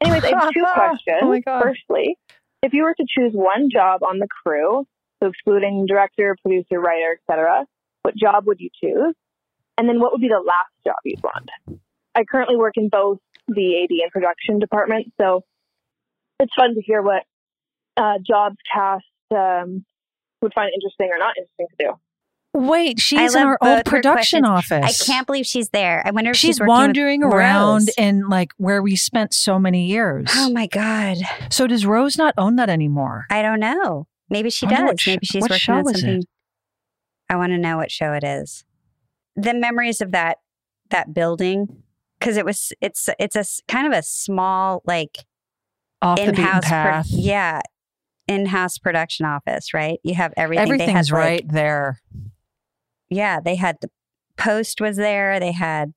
anyways, I have two
Oh
questions.
my God.
Firstly, if you were to choose one job on the crew, so excluding director, producer, writer, etc., what job would you choose? And then, what would be the last job you'd want? I currently work in both the AD and production department. So it's fun to hear what uh, jobs cast um, would find interesting or not interesting to do.
Wait, she's in
love
our
both her
old production
I
office.
can't believe she's there. I wonder if she's,
She's
working with
wandering around
Rose.
in like where we spent so many years.
Oh my god!
So does Rose not own that anymore?
I don't know. Maybe she
Wonder
does.
what sh-
Maybe she's
what
working
show
on
is it?
something. I want to know what show it is. The memories of that that building because it was it's it's a s- kind of a small like
Off the beaten
in-house pro-
path.
yeah in-house production office right you have everything They had,
Everything's
like-
right there.
yeah they had the post was there they had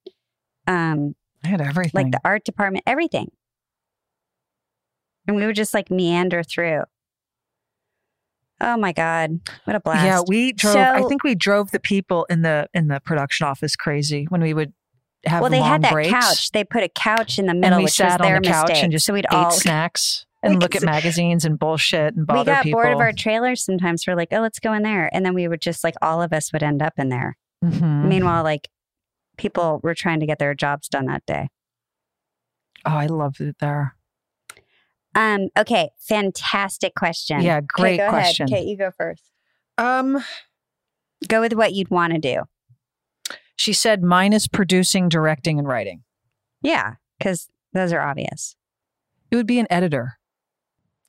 um
I had everything.
like the art department, everything. And we would just like meander through. Oh my God. What a blast.
Yeah, we drove. I
So-
think we drove the people in the in the production office crazy when we would have.
well, they
long
had that
breaks
couch. They put a couch in the middle,
and we
which
sat
was
on
their
the couch
mistake.
and just
so we'd
ate
all
snacks
We
and look at
just-
magazines and bullshit and bother
we got
people.
bored of our trailers sometimes. We're like, oh, let's go in there. And then we would just like all of us would end up in there.
Mhm.
Meanwhile, like people were trying to get their jobs done that day.
Oh, I loved it there.
Um, okay, fantastic question.
Yeah, great
go
question.
Ahead. Kate, you go first.
Um,
Go with what you'd want to do.
she said minus producing, directing, and writing.
Yeah, because those are obvious.
It would be an editor.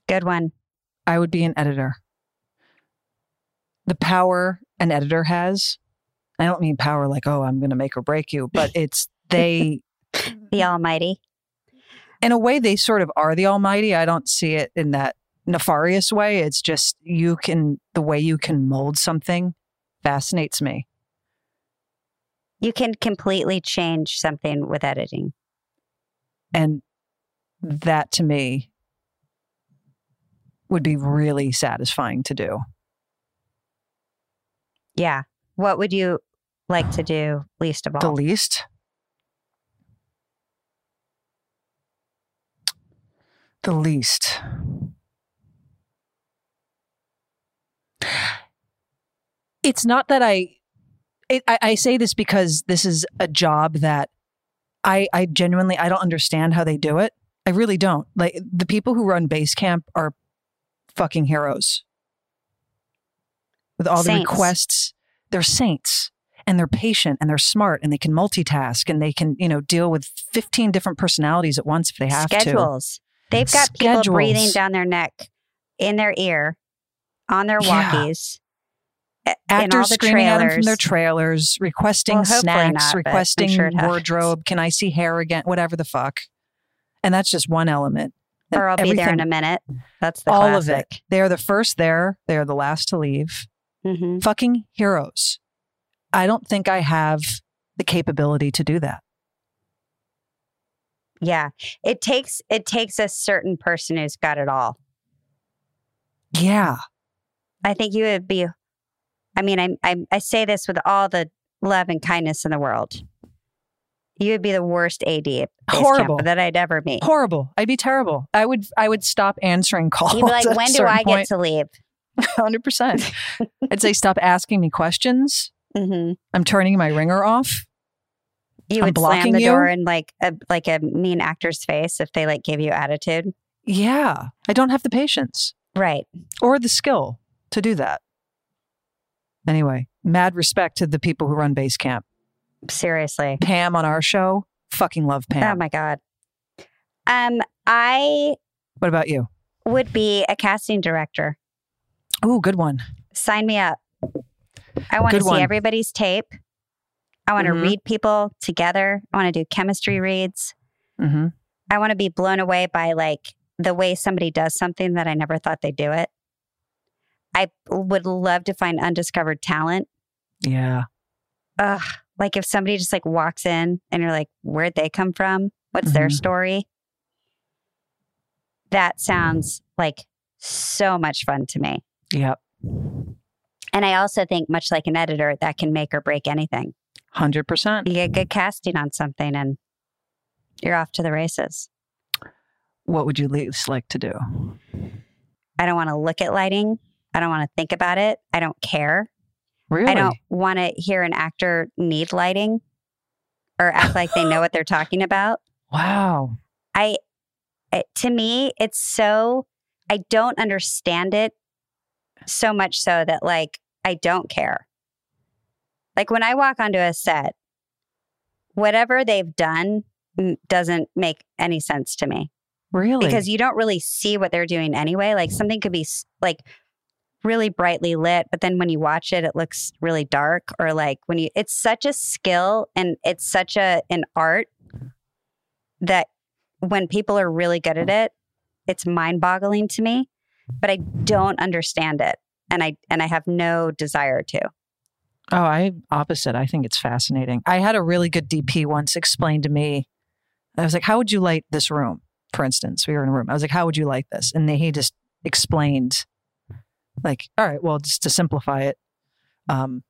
Good one.
I would be an editor. The power an editor has. I don't mean power like oh I'm going to make or break you, but it's they Mm-hmm.
The Almighty.
in a way they sort of are the almighty i don't see it in that nefarious way it's just you can the way you can mold something fascinates me
You can completely change something with editing.
and that to me would be really satisfying to do
Yeah. What would you like to do least of all?
the least the least it's not that i it, I, I say this because this is a job that i i genuinely i don't understand how they do it i really don't like the people who run basecamp are fucking heroes with all the
Saints.
requests they're saints and they're patient and they're smart and they can multitask and they can you know deal with 15 different personalities at once if they have to
Schedules. They've got people breathing
Schedules.
down their neck, in their ear, on their
Yeah.
walkies. a- in all
actors
the
screaming at them from their
trailers.
trailers requesting
Well, hopefully
snacks
not, but I'm
requesting
sure it happens.
wardrobe can i see hair again whatever the fuck and that's just one element And
Or I'll be there in
everything-
a minute. That's the
all of
classic.
it they are the first there they are the last to leave
Mhm.
fucking heroes. I don't think I have the capability to do that.
Yeah. It takes it takes a certain person who's got it all.
Yeah.
I think you would be. I mean, I, I I say this with all the love and kindness in the world. You would be the worst AD at base
Horrible.
camp that I'd ever meet.
Horrible. I'd be terrible. I would I would stop answering calls.
You'd be like, when do I get to leave?
100%. I'd say stop asking me questions.
hmm
I'm turning my ringer off.
You
I'm
would slam
blocking
the
you?
door in like a like a mean actor's face if they like give you attitude.
Yeah. I don't have the patience
Right.
or the skill to do that. Anyway, mad respect to the people who run Basecamp.
Seriously.
Pam on our show, Fucking love Pam.
Oh my god. Um, I
what about you?
would be a casting director.
Ooh, good one.
Sign me up. I want to
Good
see
one.
everybody's tape. I want to
Mhm.
read people together. I want to do chemistry reads.
hmm
I want to be blown away by like the way somebody does something that I never thought they do it. I would love to find undiscovered talent.
Yeah.
Ugh, like if somebody just like walks in and you're like, where'd they come from? What's their
Mhm.
story? That sounds like so much fun to me.
Yep.
And I also think, much like an editor, that can make or break anything.
Hundred percent.
You get good casting on something and you're off to the races.
What would you least like to do?
I don't want to look at lighting. I don't want to think about it. I don't care.
Really?
I don't want to hear an actor need lighting or act like they know what they're talking about.
Wow.
I, it, to me, it's so, I don't understand it so much so that like I don't care. Like when I walk onto a set, whatever they've done mm, doesn't make any sense to me
Really?
because you don't really see what they're doing anyway. Like something could be s- like really brightly lit, but then when you watch it, it looks really dark. Or like when you, it's such a skill and it's such a an art that when people are really good at it, it's mind boggling to me. But I don't understand it, and I and I have no desire to.
Oh, I opposite. I think it's fascinating. I had a really good DP once explain to me. I was like, "How would you light this room?" For instance, we were in a room. I was like, "How would you light this?" And then he just explained, like, "All right, well, just to simplify it, um,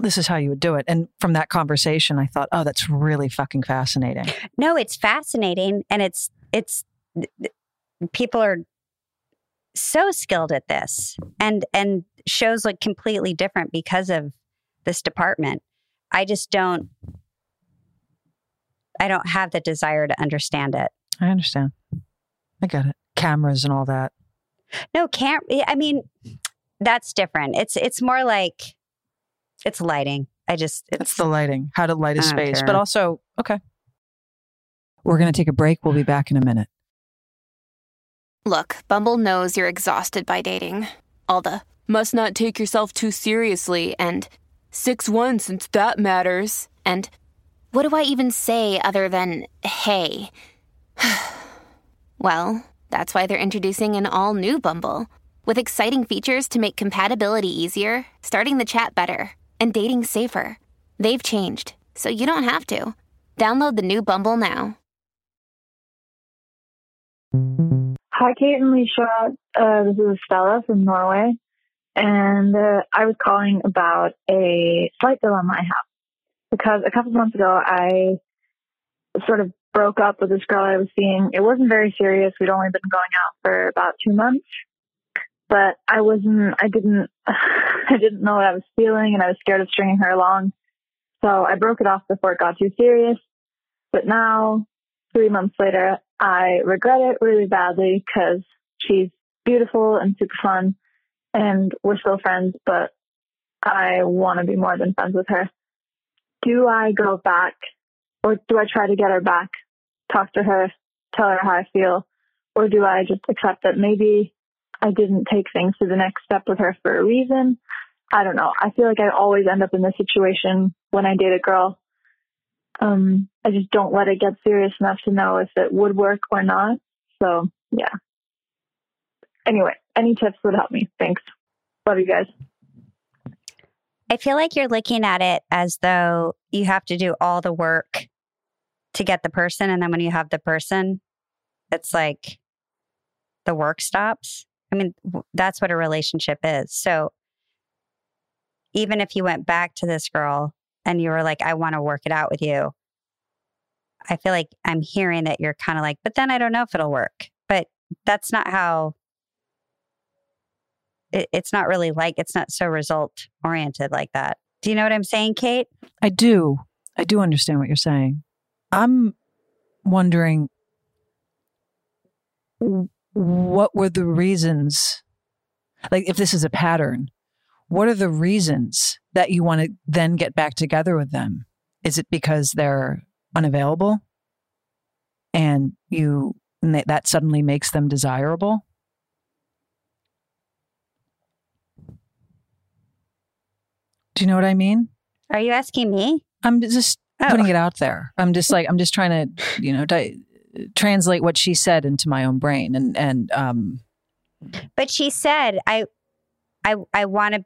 this is how you would do it." And from that conversation, I thought, "Oh, that's really fucking fascinating."
No, it's fascinating, and it's it's th- th- people are so skilled at this, and and shows look completely different because of this department. I just don't. I don't have the desire to understand it.
I understand. I got it. Cameras and all that.
No, can't. I mean, that's different. It's it's more like it's lighting. I just
It's
it's
the lighting. How to light a
I don't
space, but
care.
also okay. We're gonna take a break. We'll be back in a minute.
Look, Bumble knows you're exhausted by dating. All the must not take yourself too seriously and 6 1 since that matters. And what do I even say other than hey? well, that's why they're introducing an all new Bumble with exciting features to make compatibility easier, starting the chat better, and dating safer. They've changed, so you don't have to. Download the new Bumble now.
Hi, Kate and Leisha. Uh, this is Stella from Norway. And uh, I was calling about a slight dilemma I have. Because a couple months ago, I sort of broke up with this girl I was seeing. It wasn't very serious. We'd only been going out for about two months. But I wasn't, I didn't, I didn't know what I was feeling and I was scared of stringing her along. So I broke it off before it got too serious. But now three months later, I regret it really badly because she's beautiful and super fun, and we're still friends, but I want to be more than friends with her. Do I go back, or do I try to get her back, talk to her, tell her how I feel, or do I just accept that maybe I didn't take things to the next step with her for a reason? I don't know. I feel like I always end up in this situation when I date a girl um, I just don't let it get serious enough to know if it would work or not. So yeah. Anyway, any tips would help me. Thanks. Love you guys.
I feel like you're looking at it as though you have to do all the work to get the person. And then when you have the person, it's like the work stops. I mean, w- that's what a relationship is. So even if you went back to this girl and you were like, I want to work it out with you, I feel like I'm hearing that you're kind of like, but then I don't know if it'll work. But that's not how it, it's not really like it's not so result oriented like that. Do you know what I'm saying, Kate?
I do. I do understand what you're saying. I'm wondering w- what were the reasons, like if this is a pattern, what are the reasons that you want to then get back together with them? Is it because they're unavailable and you and that- that suddenly makes them desirable do you know what i mean
Are you asking me?
i'm just
Oh,
putting it out there i'm just like i'm just trying to you know di- translate what she said into my own brain and and um
but she said I, I, I want to,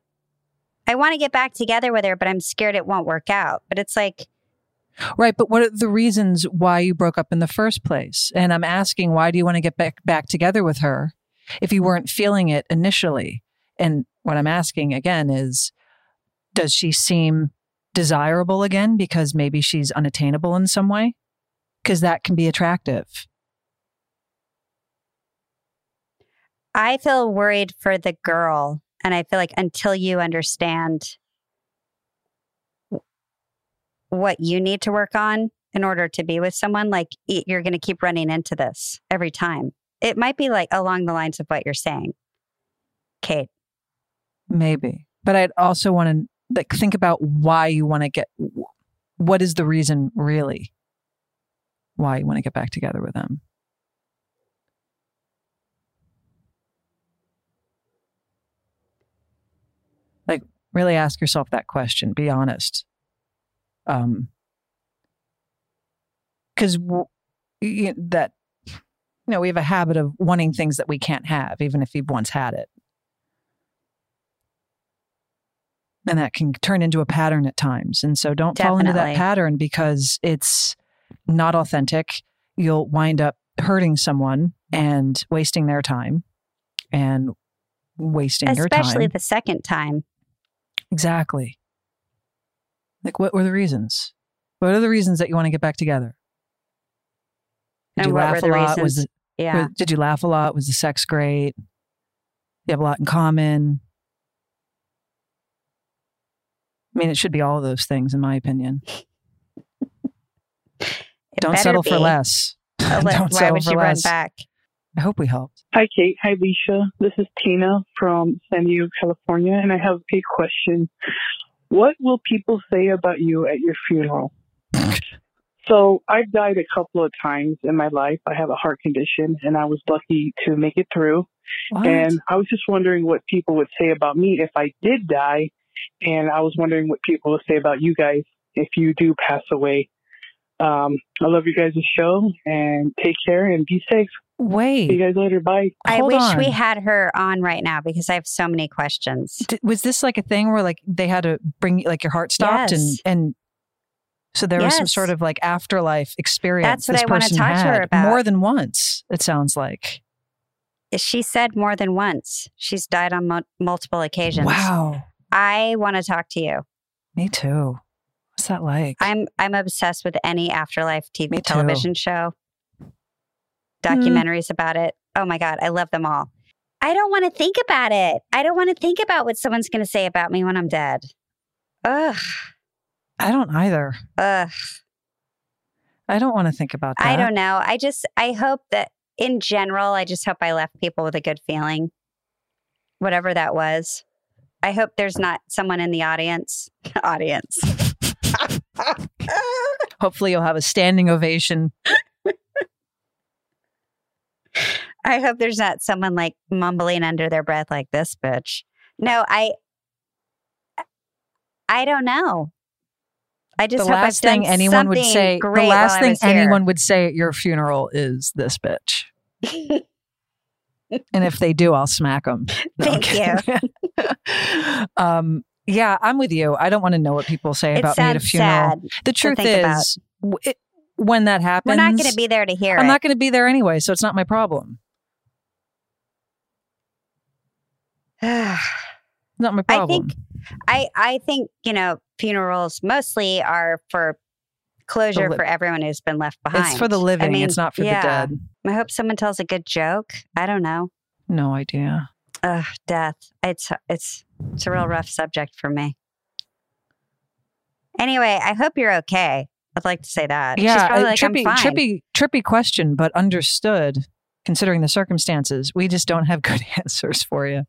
I want to get back together with her, but I'm scared it won't work out. But it's like
right but what are the reasons why you broke up in the first place and i'm asking why do you want to get back back together with her if you weren't feeling it initially and what i'm asking again is does she seem desirable again because maybe she's unattainable in some way because that can be attractive
I feel worried for the girl, and I feel like until you understand wh- what you need to work on in order to be with someone, like y- you're going to keep running into this every time. It might be like along the lines of what you're saying, Kate.
maybe but i'd also want to like think about why you want to get what is the reason really why you want to get back together with them like really ask yourself that question be honest um because w- y- y- that you know we have a habit of wanting things that we can't have even if you've once had it and that can turn into a pattern at times. And so don't fall into that
Definitely.
pattern because it's not authentic. You'll wind up hurting someone and wasting their time and wasting your
Especially
time.
the second time.
exactly. Like, what were the reasons? What are the reasons that you want to get back together? Did
And
you
what
laugh
were the
a lot? Was
reasons?
it,
Yeah.
was- did you laugh a lot? Was the sex great? You have a lot in common. I mean, it should be all of those things, in my opinion.
It
Don't
better
settle for
be.
less.
Oh, look,
Don't
Why
settle
would
for
you run
less.
back?
I hope we helped.
Hi, Kate. Hi, Leisha. This is Tina from San Diego, California, and I have a question. What will people say about you at your funeral? so, I've died a couple of times in my life. I have a heart condition, and I was lucky to make it through.
What?
And I was just wondering what people would say about me if I did die. And I was wondering what people would say about you guys if you do pass away. Um, I love you guys' show, and take care and be safe.
Wait,
See you guys later. Bye.
I
hold
wish
on.
we had her on right now because I have so many questions.
D- was this like a thing where like they had to bring like your heart stopped
Yes.
and and so there was some
Yes.
sort of like afterlife experience.
That's what
this
I wanna
person
talk to her
had
about.
more than once. It sounds like
she said more than once she's died on mul multiple occasions
wow.
i want to talk to you
Me too. What's that like?
i'm i'm obsessed with any afterlife tv
Me too. Hmm.
television show documentaries about it oh my god i love them all i don't want to think about it i don't want to think about what someone's going to say about me when i'm dead ugh
I don't either.
ugh
I don't want to think about that.
i don't know i just i hope that in general i just hope i left people with a good feeling whatever that was i hope there's not someone in the audience audience
Hopefully, you'll have a standing ovation.
I hope there's not someone like mumbling under their breath like this bitch. No, I I don't know. I just
The
hope
last
I've
thing
done
anyone would
something
say. The
great while
last
I
thing
was here.
anyone would say at your funeral is "this bitch," and if they do, I'll smack them.
Thank
you. um, yeah, I'm with you. I don't want to know what people say
it
about me at a
sounds
funeral.
sad.
The truth
think about.
is, w- it, when that happens,
We're not going to be there to hear
I'm
it.
not going to be there anyway, so it's not my problem. Not my
I
problem.
think I I think you know funerals mostly are for closure
li-
for everyone who's been left behind.
it's for the living.
I mean,
it's not for
yeah.
the dead.
I hope someone tells a good joke. I don't know.
No idea.
Ugh, death. It's it's it's a real rough subject for me. Anyway, I hope you're okay. I'd like to say that. She's
yeah,
probably
a
like, I'm
trippy,
fine.
trippy, trippy question, but understood considering the circumstances. We just don't have good answers for you.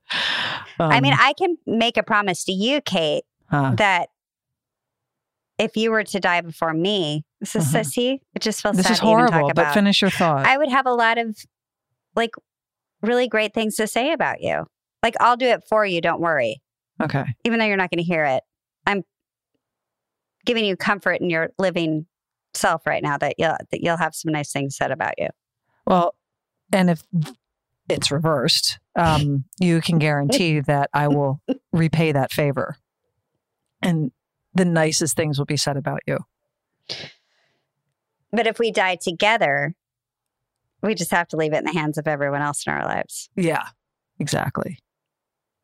I mean,
Um,
I can make a
Uh.
promise to you, Kate,
huh.
that if you were to die before me, This is
Uh-huh.
see, it just felt
This
sad
is
to even
horrible,
talk
but
about.
finish your
Uh,
thought.
I would have a lot of like really great things to say about you. Like I'll do it for you. Don't worry.
okay.
Even though you're not going to hear it, I'm giving you comfort in your living self right now that you'll that you'll have some nice things said about you.
Well, and if it's reversed, um, you can guarantee that I will repay that favor. And the nicest things will be said about you.
But if we die together, we just have to leave it in the hands of everyone else in our lives.
Yeah, exactly.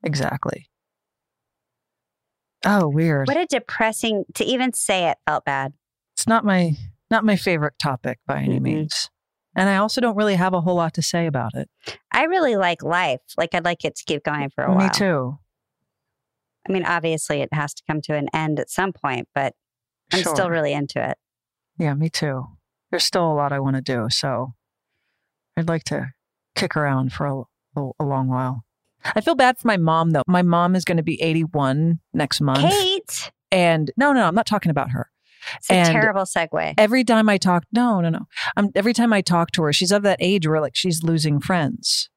Exactly. Oh, weird.
What a depressing to even say it felt bad.
it's not my not my favorite topic by any
Mhm.
means. And I also don't really have a whole lot to say about it.
I really like life. Like I'd like it to keep going for a while.
Me too.
I mean, obviously it has to come to an end at some point, but I'm still
Sure.
really into it.
Yeah, me too. There's still a lot I want to do, so I'd like to kick around for a, a, a long while. I feel bad for my mom though. My mom is going to be 81 next month,
Kate,
and no, no, I'm not talking about her.
it's a
And-
terrible segue.
Every time I talk, no, no, no. i every time I talk to her, she's of that age where like she's losing friends,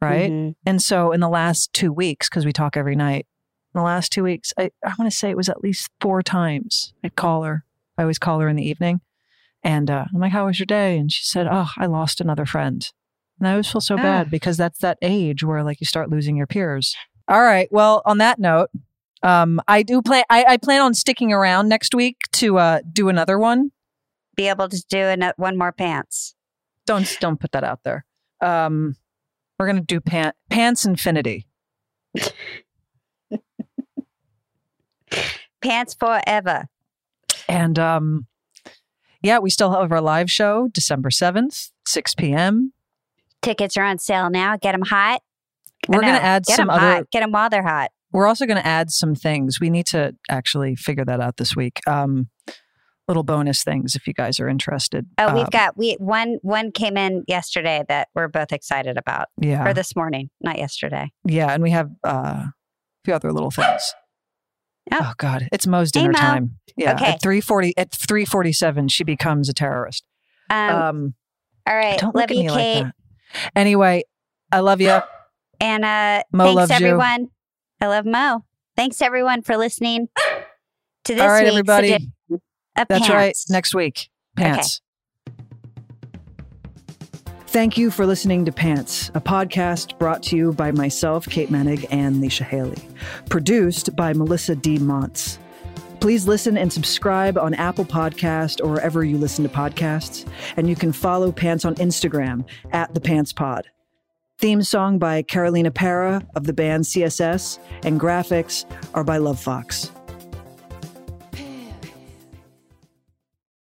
right?
Mhm.
And so in the last two weeks, because we talk every night, in the last two weeks, I, I want to say it was at least four times I'd call her. I always call her in the evening. And uh, I'm like, how was your day? And she said, oh, I lost another friend. And I always feel so
Ah.
bad because that's that age where like you start losing your peers. All right. Well, on that note, um, I do plan. I, I plan on sticking around next week to uh, do another one.
Be able to do an, one more pants.
Don't don't put that out there. Um, we're gonna do pant, pants infinity.
Pants forever.
And um, yeah, we still have our live show December 7th, 6 p.m.
Tickets are on sale now. Get them hot.
We're
No,
going to add
get
some
'em
other,
hot. Get them while they're hot.
we're also going to add some things. We need to actually figure that out this week. Um, little bonus things if you guys are interested.
Oh, we've
Um,
got we one one came in yesterday that we're both excited about,
Yeah.
or this morning, not yesterday.
yeah. And we have uh, a few other little things.
Oh.
Oh God, it's Mo's dinner
Mo.
time. Yeah,
Okay.
at three forty at three forty seven, she becomes a terrorist.
Um,
Um,
all right,
don't
love
look at me
you, Kate,
like that. Anyway, I love you.
and uh,
Mo
thanks
loves you.
everyone. I love Mo. Thanks everyone for listening to this
All right,
week's
everybody.
edition of
That's right.
Pants.
Next week. Pants. Thank you for listening to Pants, a podcast brought to you by myself, Kate Menig, and Leisha Haley. Produced by Melissa D. Montz. Please listen and subscribe on Apple Podcast or wherever you listen to podcasts. And you can follow Pants on Instagram at the Pants Pod. Theme song by Carolina Para of the band CSS, and graphics are by Love Fox.